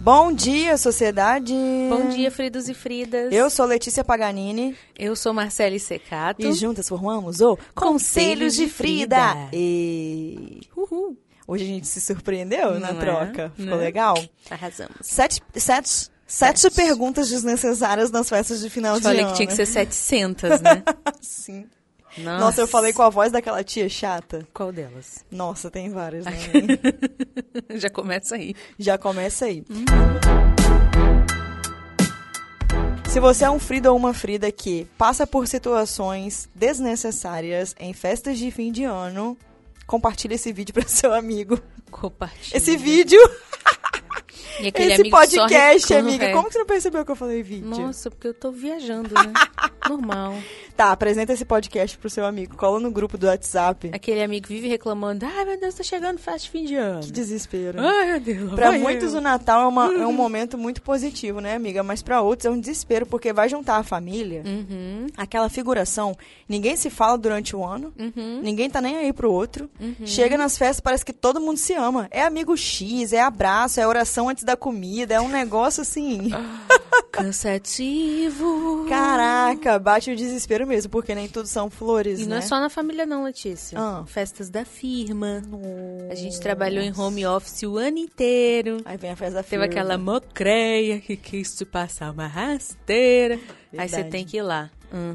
Bom dia, sociedade! Bom dia, Fridos e Fridas. Eu sou Letícia Paganini Eu sou Marcele Secato. e juntas formamos o Conselhos de Frida! Frida. E Uhul. hoje a gente se surpreendeu na Não é? troca. Ficou Não é? legal? Arrasamos. Sete, sete, sete, perguntas desnecessárias nas festas de final Eu de falei ano. que tinha que ser 700, né? Sim. Nossa. eu falei com a voz daquela tia chata. Qual delas? Nossa, tem várias, né? Já começa aí. Já começa aí. Se você é um Frida ou uma Frida que passa por situações desnecessárias em festas de fim de ano, compartilha esse vídeo para seu amigo. Compartilha. Esse vídeo, E aquele esse amigo que só podcast, reclama, amiga. é. Como que você não percebeu que eu falei vídeo? Nossa, porque eu tô viajando, né? Normal. Tá, apresenta esse podcast pro seu amigo. Cola no grupo do WhatsApp. Aquele amigo vive reclamando. Ai, meu Deus, tá chegando festa de fim de ano. Que desespero. Ai, meu Deus. lá Pra Ah, vai muitos eu. o Natal é, uma- é um momento muito positivo, né, amiga? Mas pra outros é um desespero, porque vai juntar a família, Uhum, aquela figuração, ninguém se fala durante o ano, uhum. ninguém tá nem aí pro outro. Chega nas festas, parece que todo mundo se ama. É amigo X, é abraço, é oração antes da comida, é um negócio assim. Cansativo. Caraca, bate o desespero mesmo, porque nem tudo são flores, E não né? é só na família, não, Letícia. Ah. Festas da firma. A gente trabalhou em home office o ano inteiro. Aí vem a festa da Teve firma. aquela mocreia que quis te passar uma rasteira. Aí você Verdade. tem que ir lá. Hum,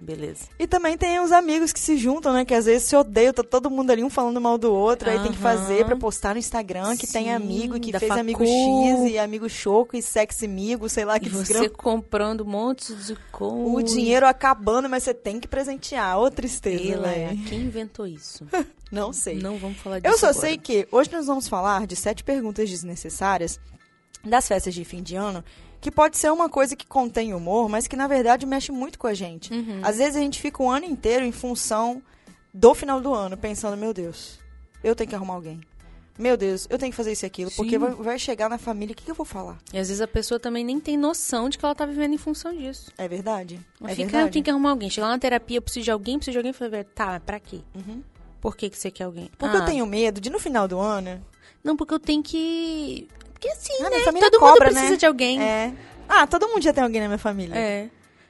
beleza. E também tem os amigos que se juntam, né? Que às vezes se odeiam, tá todo mundo ali um falando mal do outro, aí tem que Aham. fazer pra postar no Instagram que tem Sim, amigo, que da fez amigo facu. X e amigo Choco e sexy amigo, sei lá que e você desgrama. comprando um monte de coisa. O dinheiro acabando, mas você tem que presentear. Ô tristeza, Ela é. né? Quem inventou isso? Não sei. Não vamos falar disso Eu só agora. sei que hoje nós vamos falar de sete perguntas desnecessárias das festas de fim de ano, que pode ser uma coisa que contém humor, mas que na verdade mexe muito com a gente. Uhum. Às vezes a gente fica o ano inteiro em função do final do ano, pensando, meu Deus, eu tenho que arrumar alguém. Meu Deus, eu tenho que fazer isso e aquilo, porque Sim. vai, vai chegar na família, o que, que eu vou falar? E às vezes a pessoa também nem tem noção de que ela tá vivendo em função disso. É verdade? Ela é fica, ah, eu verdade? tenho que arrumar alguém. Chegar lá na terapia, eu preciso de alguém, preciso de alguém. Eu falei, tá, mas pra quê? Por que, que você quer alguém? Uhum. Porque eu Ah, tenho medo de no final do ano... Não, porque eu tenho que. Porque assim, Ah, né? minha família Todo cobra, mundo precisa né? de alguém. É. Ah, todo mundo já tem alguém na minha família. É.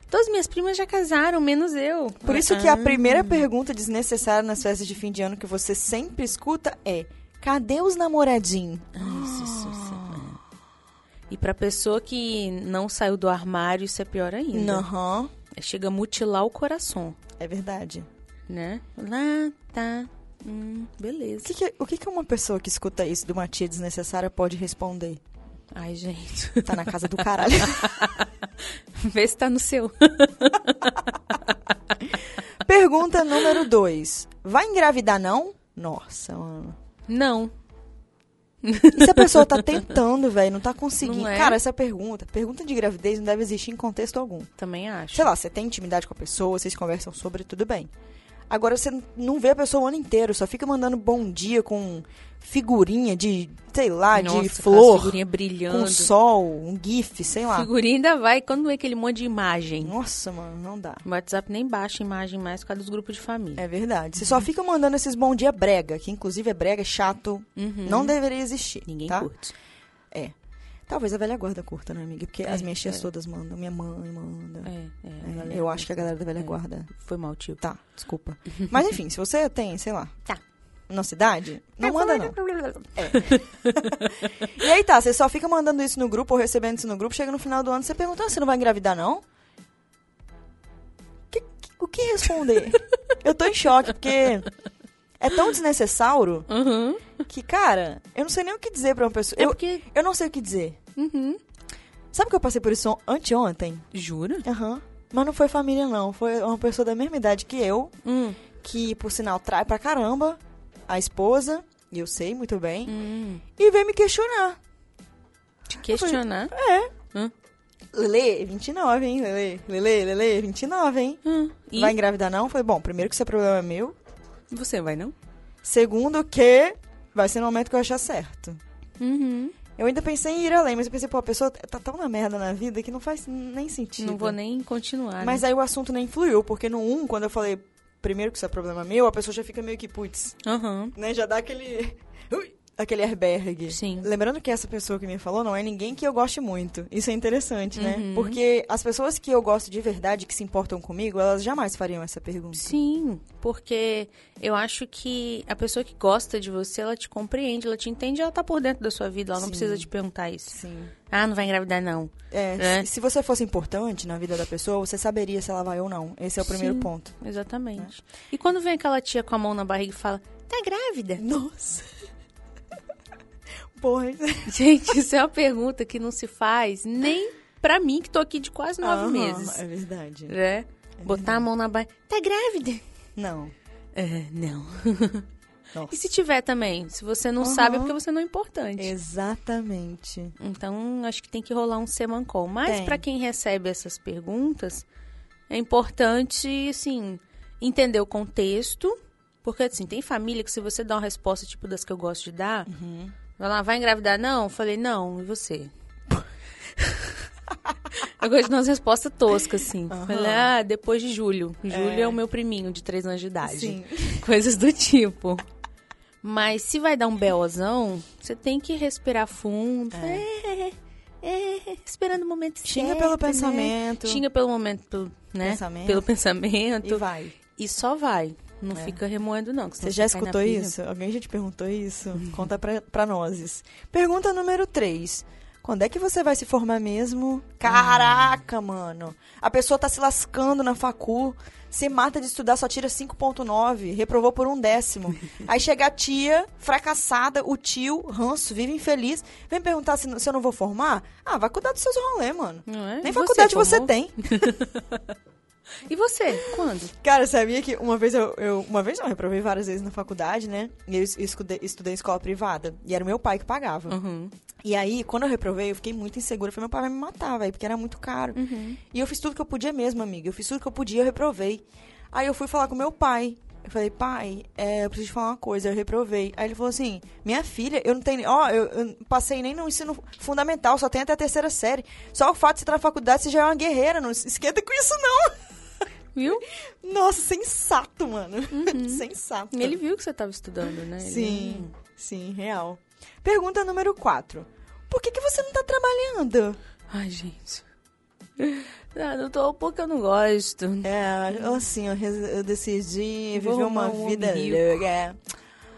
Todas minhas primas já casaram, menos eu. Ah. Por isso que a primeira pergunta desnecessária nas festas de fim de ano que você sempre escuta é: cadê os namoradinhos? Ah. Isso, isso, isso. é E pra pessoa que não saiu do armário, isso é pior ainda. É, Aham, Chega a mutilar o coração, é verdade. né? Lá, tá. Hum, O beleza. que, que- o que que uma pessoa que escuta isso de uma tia desnecessária pode responder? Ai, gente. Tá na casa do caralho. Vê se tá no seu. Pergunta número 2: vai engravidar não? Nossa, mano. Não. E se a pessoa tá tentando, velho, não tá conseguindo? Não é? Cara, essa pergunta, pergunta de gravidez não deve existir em contexto algum. Também acho. sei lá, você tem intimidade com a pessoa, vocês conversam sobre, tudo bem. Agora você não vê a pessoa o ano inteiro, só fica mandando bom dia com figurinha de, sei lá, Nossa, de aquelas flor, Figurinha com brilhando. sol, um gif, sei lá. Figurinha ainda vai. Quando é aquele monte de imagem? Nossa, mano, não dá. O WhatsApp nem baixa imagem mais por causa dos grupos de família. É verdade. Você só fica mandando esses bom dia brega, que inclusive é brega, é chato, não deveria existir, Uhum. Ninguém tá? curte. É. Talvez a velha guarda curta, né, amiga? Porque as É, minhas tias todas mandam, minha mãe manda. É, é, a É, galera- eu acho que a galera da velha É. guarda. Foi mal, tio. Tá, desculpa. Mas enfim, se você tem, sei lá, Tá. É, na cidade, não manda não. E aí tá, você só fica mandando isso no grupo ou recebendo isso no grupo, chega no final do ano você pergunta, ah, você não vai engravidar não? Que- que- o que responder? eu tô em choque, porque é tão desnecessário Uhum. que, cara, eu não sei nem o que dizer pra uma pessoa. É Eu, porque... eu não sei o que dizer. Uhum. Sabe que eu passei por isso anteontem? Jura? Aham. Mas não foi família não, foi uma pessoa da mesma idade que eu, Hum. que por sinal trai pra caramba a esposa, e eu sei muito bem, Hum. e veio me questionar. Te questionar? Lele, 29, hein, Lele? Lele, Lele, 29, hein? Hum. E Vai engravidar não? Falei, bom, primeiro que seu problema é meu. você vai, não? Segundo que vai ser no momento que eu achar certo. Uhum. Eu ainda pensei em ir além, mas eu pensei, pô, a pessoa tá tão na merda na vida que não faz nem sentido. Não vou nem continuar. Mas né? aí o assunto nem fluiu, porque no 1, quando eu falei, Uhum. primeiro que seu problema é meu, a pessoa já fica meio que, putz, Aham. né? Já dá aquele... Ui, aquele herbergue. Sim. Lembrando que essa pessoa que me falou não é ninguém que eu goste muito. Isso é interessante, né? Uhum. Porque as pessoas que eu gosto de verdade, que se importam comigo, elas jamais fariam essa pergunta. Sim, porque eu acho que a pessoa que gosta de você, ela te compreende, ela te entende, ela tá por dentro da sua vida, ela não Sim. precisa te perguntar isso. Sim. Ah, não vai engravidar não. É, Né? se- se você fosse importante na vida da pessoa, você saberia se ela vai ou não. Esse é o primeiro Sim. ponto. Exatamente. E quando vem aquela tia com a mão na barriga e fala: "Tá grávida?" Nossa. Porra. Gente, isso é uma pergunta que não se faz nem pra mim que tô aqui de quase nove Aham, meses, É verdade. né? Botar a mão na barriga. Tá grávida? Não. É, não. Nossa. E se tiver também? Se você não Aham. sabe, é porque você não é importante. Exatamente. Então, acho que tem que rolar um semancol. Mas Tem. pra quem recebe essas perguntas, é importante, assim, entender o contexto. Porque, assim, tem família que se você dá uma resposta tipo das que eu gosto de dar, Uhum. vai lá, vai engravidar? Não? Eu falei, não. E você? eu gosto de dar umas respostas toscas, assim. Aham. Falei, ah, depois de julho. Julho é. É. o meu priminho de três anos de idade. Sim. Coisas do tipo. Mas se vai dar um beozão, você tem que respirar fundo. É. é, esperando o momento Xinga certo, pelo né? pensamento. Xinga pelo momento, pelo, né? Pensamento. Pelo E pensamento. vai. E, só vai. Não É. fica remoendo, não. que Você senão já cai na escutou pilha. isso? Alguém já te perguntou isso? Conta pra, pra nós. Pergunta número 3. Quando é que você vai se formar mesmo? Caraca, mano. A pessoa tá se lascando na facu, se mata de estudar, só tira 5.9, reprovou por um décimo. Aí chega a tia, fracassada, o tio, ranço, vive infeliz, vem perguntar se, se eu não vou formar? Ah, vai cuidar dos seus rolês, mano. Não é? Nem E faculdade você formou? tem. E você? Quando? Cara, sabia que uma vez eu, eu- Uma vez não, eu reprovei várias vezes na faculdade, né? E eu es- escudei- estudei em escola privada. E era o meu pai que pagava. Uhum. E aí, quando eu reprovei, eu fiquei muito insegura. Eu falei, meu pai vai me matar, velho, porque era muito caro. E eu fiz tudo que eu podia mesmo, amiga. Eu fiz tudo que eu podia, eu reprovei. Aí eu fui falar com meu pai. Eu falei, pai, é, eu preciso te falar uma coisa, eu reprovei. Aí ele falou assim, minha filha, eu não tenho. Ó, eu, eu não passei nem no ensino fundamental, só tenho até a terceira série. Só o fato de você estar na faculdade, você já é uma guerreira, não se esquenta com isso, não. Viu? Nossa, sensato, mano. sensato. Uhum. Ele viu que você tava estudando, né? Ele- Sim, sim, real. Pergunta número 4. Por que, que você não tá trabalhando? Ai, gente. Ah, não tô porque eu não gosto. É, assim, eu, res- eu decidi Vou viver uma arrumar um vida homem louca. é.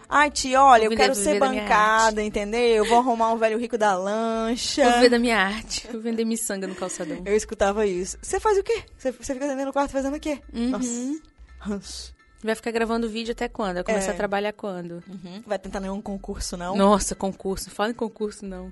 Ai, tia, olha, eu Vou quero viver- ser viver da minha bancada, entendeu? Eu vou arrumar um velho rico da lancha. Vou viver da minha arte. Vou vender miçanga no calçadão. Eu escutava isso. Você faz o quê? Você você fica dentro do quarto fazendo o quê? Uhum. Nossa. Ranço. Vai ficar gravando vídeo até quando? Vai começar É. Então- a trabalhar quando? Vai tentar nenhum concurso, não? Nossa, concurso. Fala em concurso, não.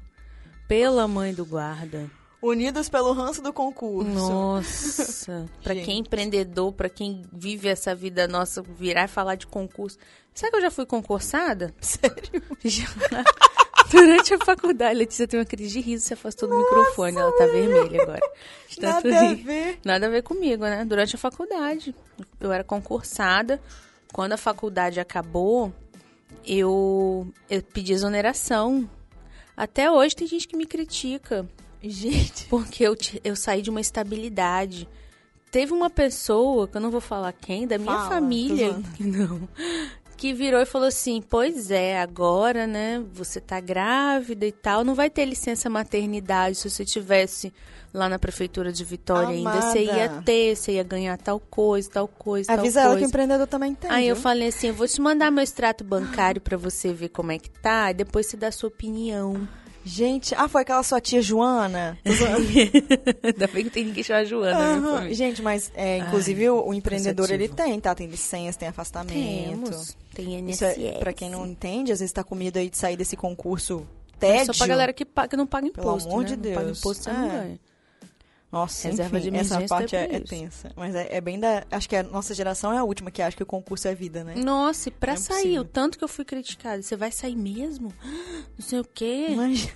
Pela mãe do guarda. Unidos pelo ranço do concurso. Nossa. pra quem é Gente. empreendedor, pra quem vive essa vida nossa, virar e falar de concurso. Será que eu já fui concursada? Sério? Já. Durante a faculdade, Letícia tem uma crise de riso, se afastou do microfone. Ela tá vermelha agora. De tanto Nada a rir. ver. Nada a ver comigo, né? Durante a faculdade. Eu era concursada. Quando a faculdade acabou, eu, eu pedi exoneração. Até hoje tem gente que me critica, Gente. porque eu, ti- eu saí de uma estabilidade. Teve uma pessoa, que eu não vou falar quem, da minha Fala, família, tô não, que virou e falou assim: Pois é, agora, né? Você tá grávida e tal, não vai ter licença maternidade. Se você tivesse lá na prefeitura de Vitória ainda, você ia Amada. ter, você ia ganhar tal coisa, tal coisa, Avisa tal ela coisa. que empreendedor também tem. Aí eu viu? falei assim, eu vou te mandar meu extrato bancário pra você ver como é que tá, e depois você dá a sua opinião. Gente, ah, foi aquela sua tia Joana? Ainda bem que tem ninguém chamar Joana, Aham. né? Gente, mas é, inclusive o, o empreendedor ele cansativo. tem, tá? Tem licença, tem afastamento. Temos, tem INSS. Isso é, pra quem não entende, às vezes tá com medo aí de sair desse concurso É tédio. Só pra galera que, paga, que não paga Pelo imposto, amor né? de Não paga Deus. imposto, você não É. ganha. Nossa, Reserva enfim, de essa emergência parte é é, pra é isso. tensa. Mas é, é bem da... Acho que a nossa geração é a última que acha que o concurso é vida, né? Nossa, e pra Não é sair, possível. o tanto que eu fui criticada, você vai sair mesmo? Não sei o quê. Mas...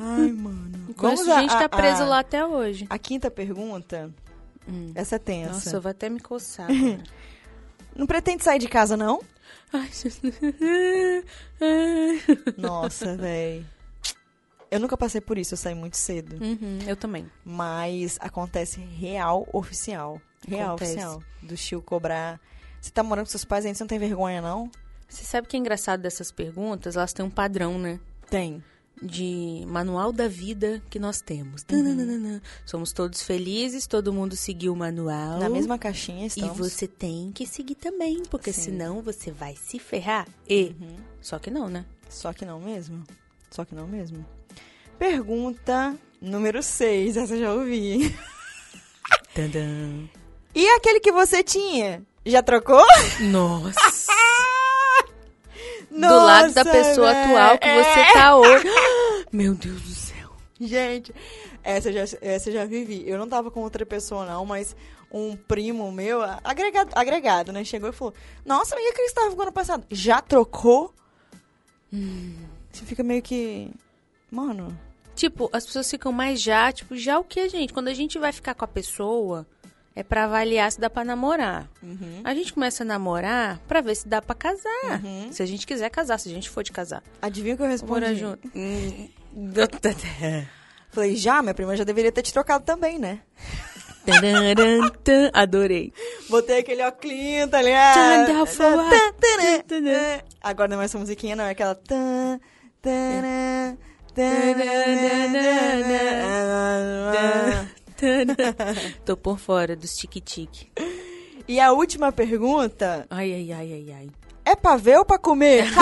Ai, mano. Eu conheço a- gente que tá a- preso a- lá até hoje. A quinta pergunta, essa é tensa. Nossa, eu vou até me coçar. agora. Não pretende sair de casa, não? Ai, Jesus. Uhum, Nossa, véi. Eu nunca passei por isso, eu saí muito cedo. eu também. Mas acontece real oficial. Real Acontece. oficial. Do Chico cobrar. Você tá morando com seus pais ainda, você não tem vergonha, não? Você sabe que é engraçado dessas perguntas? Elas têm um padrão, né? Tem. de manual da vida que nós temos. Uhum. Tananana. Somos todos felizes, todo mundo seguiu o manual. Na mesma caixinha e estamos. você tem que seguir também, porque Sim. senão você vai se ferrar. E só que não, né? Uhum. Só que não mesmo. Só que não mesmo. Pergunta número 6, essa eu já ouvi. Tadã. E aquele que você tinha? Já trocou? Nossa. Do lado da pessoa atual que você tá hoje. Meu Deus do céu. Gente, essa eu já, essa eu já vivi. Eu não tava com outra pessoa, não, mas um primo meu, a- agregado, agregado né? Chegou e falou: Nossa, amiga, que você tava com ano passado? Já trocou? Hum, Você fica meio que. Mano. Tipo, as pessoas ficam mais já, tipo, já o que, gente? Quando a gente vai ficar com a pessoa, é pra avaliar se dá pra namorar. A gente começa a namorar pra ver se dá pra casar. Se a gente quiser casar, se a gente for de casar. Adivinha o que eu respondi? Morar junto. Hum, do- tadã. Falei, já, minha prima já deveria ter te trocado também, né? Tararantã. Adorei. Botei aquele óculinho, tá ligado? Tchan, da foa. Tã, tã, Tã, tã, tã. tã. Agora não é mais essa musiquinha, não. É aquela... tã, tã, É. tã, tã, tã, tã. Tadã. Tô por fora dos tique-tique. E a última pergunta... Ai, ai, ai, ai, ai. É pra ver ou pra comer?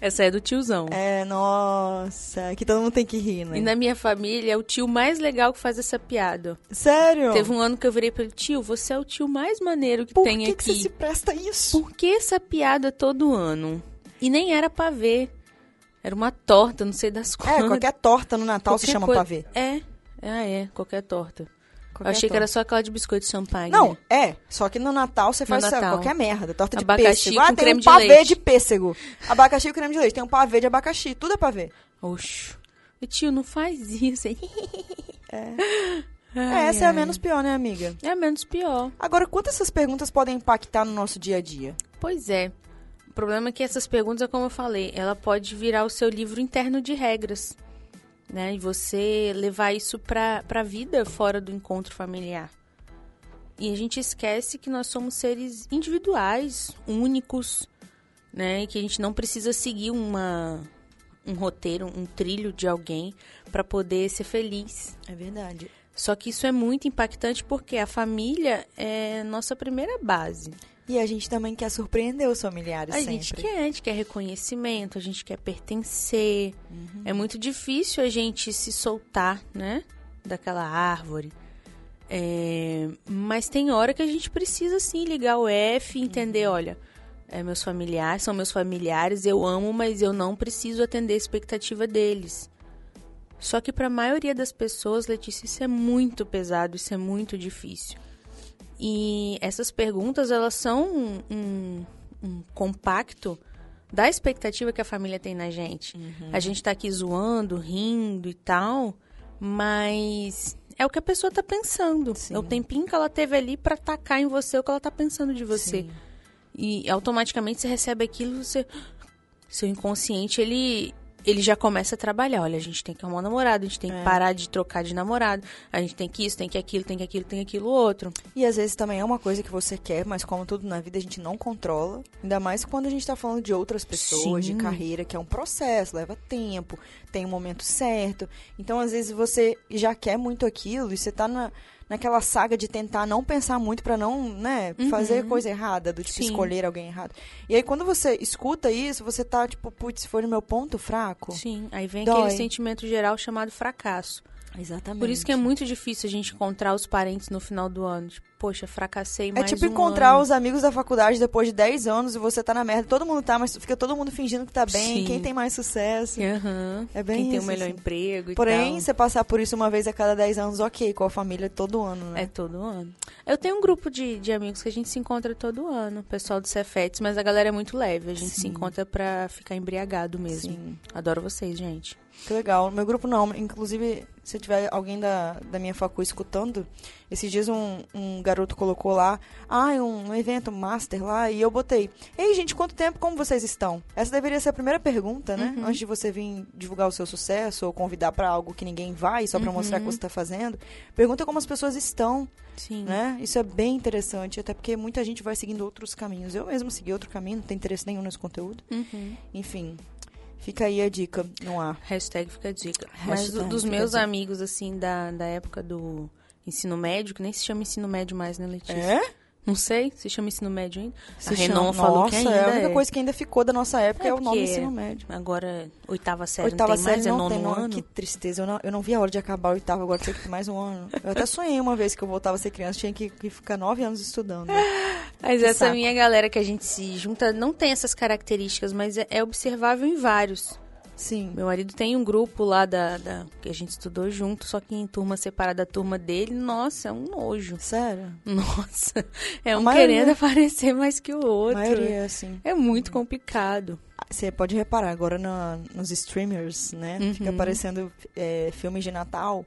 Essa é do tiozão. é, nossa. Que todo mundo tem que rir, né? E na minha família é o tio mais legal que faz essa piada. Sério? Teve um ano que eu virei pra ele, tio, você é o tio mais maneiro que Então. Por tem que, aqui. que você se presta a isso? Por que essa piada todo ano? E nem era pra ver. Era uma torta, não sei das quantas. É, qualquer torta no Natal se Qualquer chama coi- pra ver. É. Ah, é. Qualquer torta. Qualquer eu achei que torta. era só aquela de biscoito de champanhe. Não, né? é. Só que no Natal você faz sabe, Natal. qualquer merda. Torta de Abacaxi pêssego. com Ah, tem creme um de pavê leite. de pêssego. Abacaxi com creme de leite. Tem um pavê de abacaxi. Tudo é pavê. Oxo. E, Tio, não faz isso. hein? é, essa é a menos pior, né, amiga? É menos pior. Agora, quanto essas perguntas podem impactar no nosso dia a dia? Pois é. O problema é que essas perguntas, como eu falei, ela pode virar o seu livro interno de regras. Né? E você levar isso pra, pra vida fora do encontro familiar. E a gente esquece que nós somos seres individuais, únicos, né? E que a gente não precisa seguir uma, um roteiro, um trilho de alguém pra poder ser feliz. É verdade. Só que isso é muito impactante porque a família é nossa primeira base. E a gente também quer surpreender os familiares A sempre. gente quer, a gente quer reconhecimento, a gente quer pertencer. É muito difícil a gente se soltar, né? Daquela árvore. É, mas tem hora que a gente precisa, sim, ligar o F e entender, olha, é meus familiares, são meus familiares, eu amo, mas eu não preciso atender a expectativa deles. Só que para a maioria das pessoas, Letícia, isso é muito pesado, isso é muito difícil. E essas perguntas, elas são um, um- um compacto da expectativa que a família tem na gente. Uhum. A gente tá aqui zoando, rindo e tal, mas é o que a pessoa tá pensando. Sim. É o tempinho que ela teve ali para tacar em você o que ela tá pensando de você. Sim. E automaticamente você recebe aquilo, você seu inconsciente, ele ele já começa a trabalhar. Olha, a gente tem que arrumar um namorado, a gente tem que parar de trocar de namorado, a gente tem que isso, tem que aquilo, tem que aquilo, tem que aquilo outro. E às vezes também é uma coisa que você quer, mas como tudo na vida a gente não controla. Ainda mais quando a gente tá falando de outras pessoas, Sim. de carreira, que é um processo, leva tempo, tem um momento certo. Então às vezes você já quer muito aquilo e você tá na, naquela saga de tentar não pensar muito pra não, né, fazer coisa errada, do tipo Uhum. Sim. escolher alguém errado. E aí quando você escuta isso, você tá tipo, putz, foi no meu ponto fraco. Sim, aí vem Dói. aquele sentimento geral chamado fracasso. Exatamente. Por isso que é muito difícil a gente encontrar os parentes no final do ano. Tipo, poxa, fracassei É mais tipo um encontrar ano. os amigos da faculdade depois de 10 anos e você tá na merda. Todo mundo tá, mas fica todo mundo fingindo que tá bem. Sim. Quem tem mais sucesso. Aham. É bem Quem tem o isso, melhor assim. emprego e Porém, tal. você passar por isso uma vez a cada 10 anos, ok, com a família todo ano, né? É todo ano. Eu tenho um grupo de, de amigos que a gente se encontra todo ano, o pessoal do Cefetes, mas a galera é muito leve. A gente se encontra pra ficar embriagado mesmo. Sim. Adoro vocês, gente. Que legal. No meu grupo não. Inclusive, se tiver alguém da, da minha facu escutando, esses dias um, um garoto colocou lá, ah, um, um evento master lá, e eu botei. Ei, gente, quanto tempo, como vocês estão? Essa deveria ser a primeira pergunta, né? Antes de você vir divulgar o seu sucesso ou convidar para algo que ninguém vai, só para mostrar que você tá fazendo. Pergunta como as pessoas estão, Sim. né? Isso é bem interessante, até porque muita gente vai seguindo outros caminhos. Eu mesmo segui outro caminho, não tem interesse nenhum nesse conteúdo. Uhum. Enfim, fica aí a dica no ar. Hashtag fica a dica. Mas do- Hashtag dos fica a meus dica. amigos, assim, da, da época do ensino médio, que nem se chama ensino médio mais, né, Letícia? Não sei, se chama ensino médio ainda. É? Se a Renan chama- falou que Nossa, ainda é a única é. coisa que ainda ficou da nossa época É é, o nome do porque ensino médio. Agora, oitava série, oitava não tem série mais, não é nono tem, não. ano. Que tristeza. Eu não, eu não vi a hora de acabar a oitava, agora tem que ter mais um ano. Eu até sonhei uma vez que eu voltava a ser criança, tinha que, que ficar nove anos estudando. Mas Que essa saco. minha galera que a gente se junta não tem essas características, mas é, é observável em vários. Sim. Meu marido tem um grupo lá da, da- que a gente estudou junto, só que em turma separada da turma dele, nossa, é um nojo. Sério. Nossa, é A um maioria. querendo aparecer mais que o A outro. maioria, assim. É muito complicado. Você pode reparar agora na- nos streamers, né? Fica Uhum. aparecendo é, filmes de Natal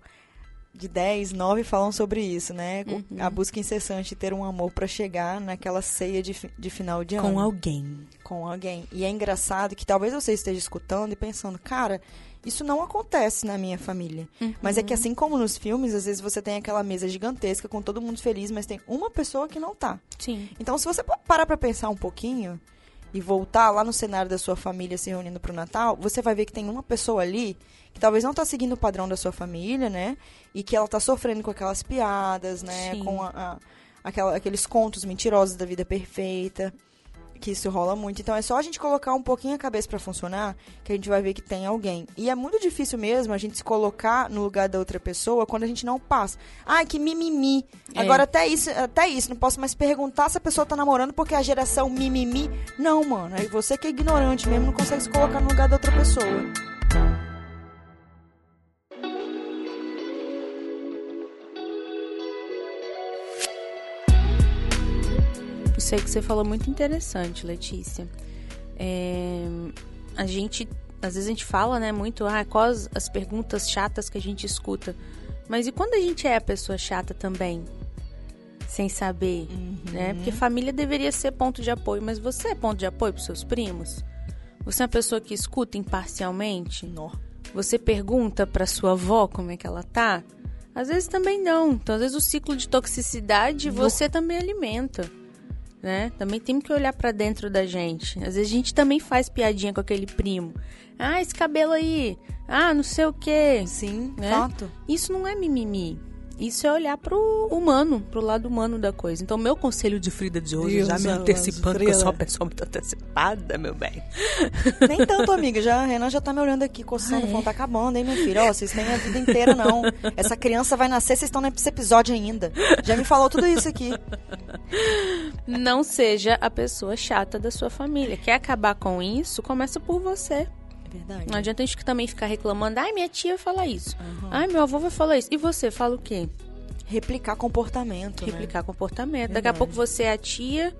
de 10, 9 falam sobre isso, né? O- Uhum. A busca incessante de ter um amor pra chegar naquela ceia de, fi- de final de ano. Com alguém. com alguém. E é engraçado que talvez você esteja escutando e pensando, cara, isso não acontece na minha família. Mas é que assim como nos filmes, às vezes você tem aquela mesa gigantesca com todo mundo feliz, mas tem uma pessoa que não tá. Sim. Então, se você pa- parar pra pensar um pouquinho e voltar lá no cenário da sua família se reunindo pro Natal, você vai ver que tem uma pessoa ali que talvez não tá seguindo o padrão da sua família, né? E que ela tá sofrendo com aquelas piadas, né? Sim. Com a- a- aquela- aqueles contos mentirosos da vida perfeita. Que isso rola muito. Então é só a gente colocar um pouquinho a cabeça pra funcionar que a gente vai ver que tem alguém. E é muito difícil mesmo a gente se colocar no lugar da outra pessoa quando a gente não passa. Ai, que mimimi. É. Agora até isso, até isso, não posso mais perguntar se a pessoa tá namorando porque a geração mimimi. Não, mano, é você que é ignorante mesmo, não consegue se colocar no lugar da outra pessoa. Isso aí que você falou é muito interessante, Letícia. É, a gente, às vezes a gente fala, né, muito, ah, quais as perguntas chatas que a gente escuta. Mas e quando a gente é a pessoa chata também? Sem saber, né? Porque família deveria ser ponto de apoio, mas você é ponto de apoio pros seus primos? Você é uma pessoa que escuta imparcialmente? Nó. Você pergunta pra sua avó como é que ela tá? Às vezes também não. Então, às vezes o ciclo de toxicidade No. você também alimenta, né? Também temos que olhar pra dentro da gente. Às vezes a gente também faz piadinha com aquele primo. Ah, esse cabelo aí. Ah, não sei o quê. Sim, Né? fato. Isso não é mimimi. Isso é olhar pro humano, pro lado humano da coisa. Então, meu conselho de Frida de hoje, Deus, já me elas, antecipando, que eu sou uma Frida. pessoa muito antecipada, meu bem. Nem tanto, amiga. Já, a Renan já tá me olhando aqui, coçando, Ah, é? falando, tá acabando, hein, meu filho? Ó, vocês têm a vida inteira, não. Essa criança vai nascer, vocês estão nesse episódio ainda. Já me falou tudo isso aqui. É Não seja a pessoa chata da sua família. Quer acabar com isso? Começa por você. É verdade. Não adianta a gente também ficar reclamando. Ai, minha tia fala isso. Aham. Ai, meu avô vai falar isso. E você fala o quê? Replicar comportamento, né? Replicar comportamento. Daqui a Verdade. pouco você é a tia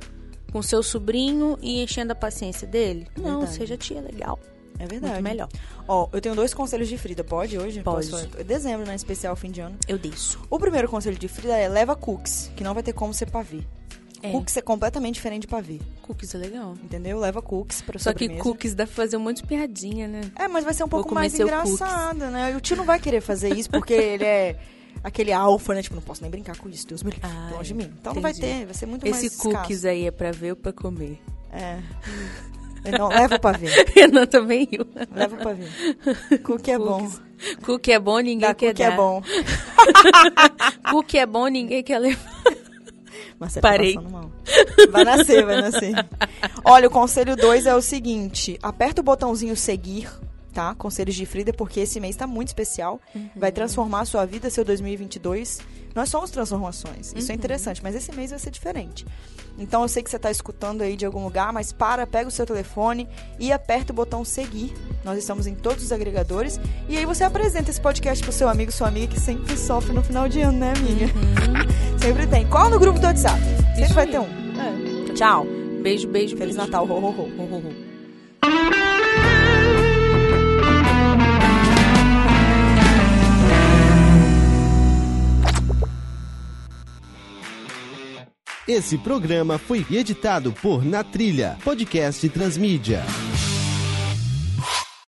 com seu sobrinho e enchendo a paciência dele. Não, Verdade. seja tia legal. É verdade. Muito melhor. Ó, eu tenho dois conselhos de Frida. Pode hoje? Pode. Posso? É Dezembro, né? Especial, fim de ano. Eu deixo. O primeiro conselho de Frida é leva cookies, que não vai ter como ser pavê. É. Cookies é completamente diferente de pavê, Cookies é legal. entendeu? Leva cookies pra Só que sobremesa. cookies dá pra fazer um monte de piadinha, né? É, mas vai ser um Vou pouco comer mais seu engraçado, né? E o tio não vai querer fazer isso porque ele é aquele alfa, né? Tipo, não posso nem brincar com isso, Deus me livre, Ah, longe de mim. Então não vai entendi. ter, vai ser muito Esse mais cookies aí é pra ver ou pra comer? escasso. É. Não, leva o pavê. Renan também riu. Leva o pavê. Cookie é bom. Cookies. Cookie é bom, ninguém Dá quer cookie dar. é bom. Cookie é bom, ninguém quer levar. Mas você Parei. tá passando mal. Vai nascer, vai nascer. Olha, o conselho 2 é o seguinte: aperta o botãozinho seguir, tá? Conselhos de Frida, porque esse mês tá muito especial. Vai transformar a sua vida, seu 2022. Nós somos transformações. Isso é interessante, mas esse mês vai ser diferente. Então eu sei que você tá escutando aí de algum lugar, mas para, pega o seu telefone e aperta o botão seguir. Nós estamos em todos os agregadores. E aí você apresenta esse podcast pro seu amigo, sua amiga, que sempre sofre no final de ano, né, amiga? Sempre tem. Qual no grupo do WhatsApp? Sempre Isso vai aí. ter um. É. Tchau. Beijo, beijo, Feliz beijo. Natal. Ho, ho, ho. Ho, ho, ho. Esse programa foi editado por Na Trilha, podcast Transmídia.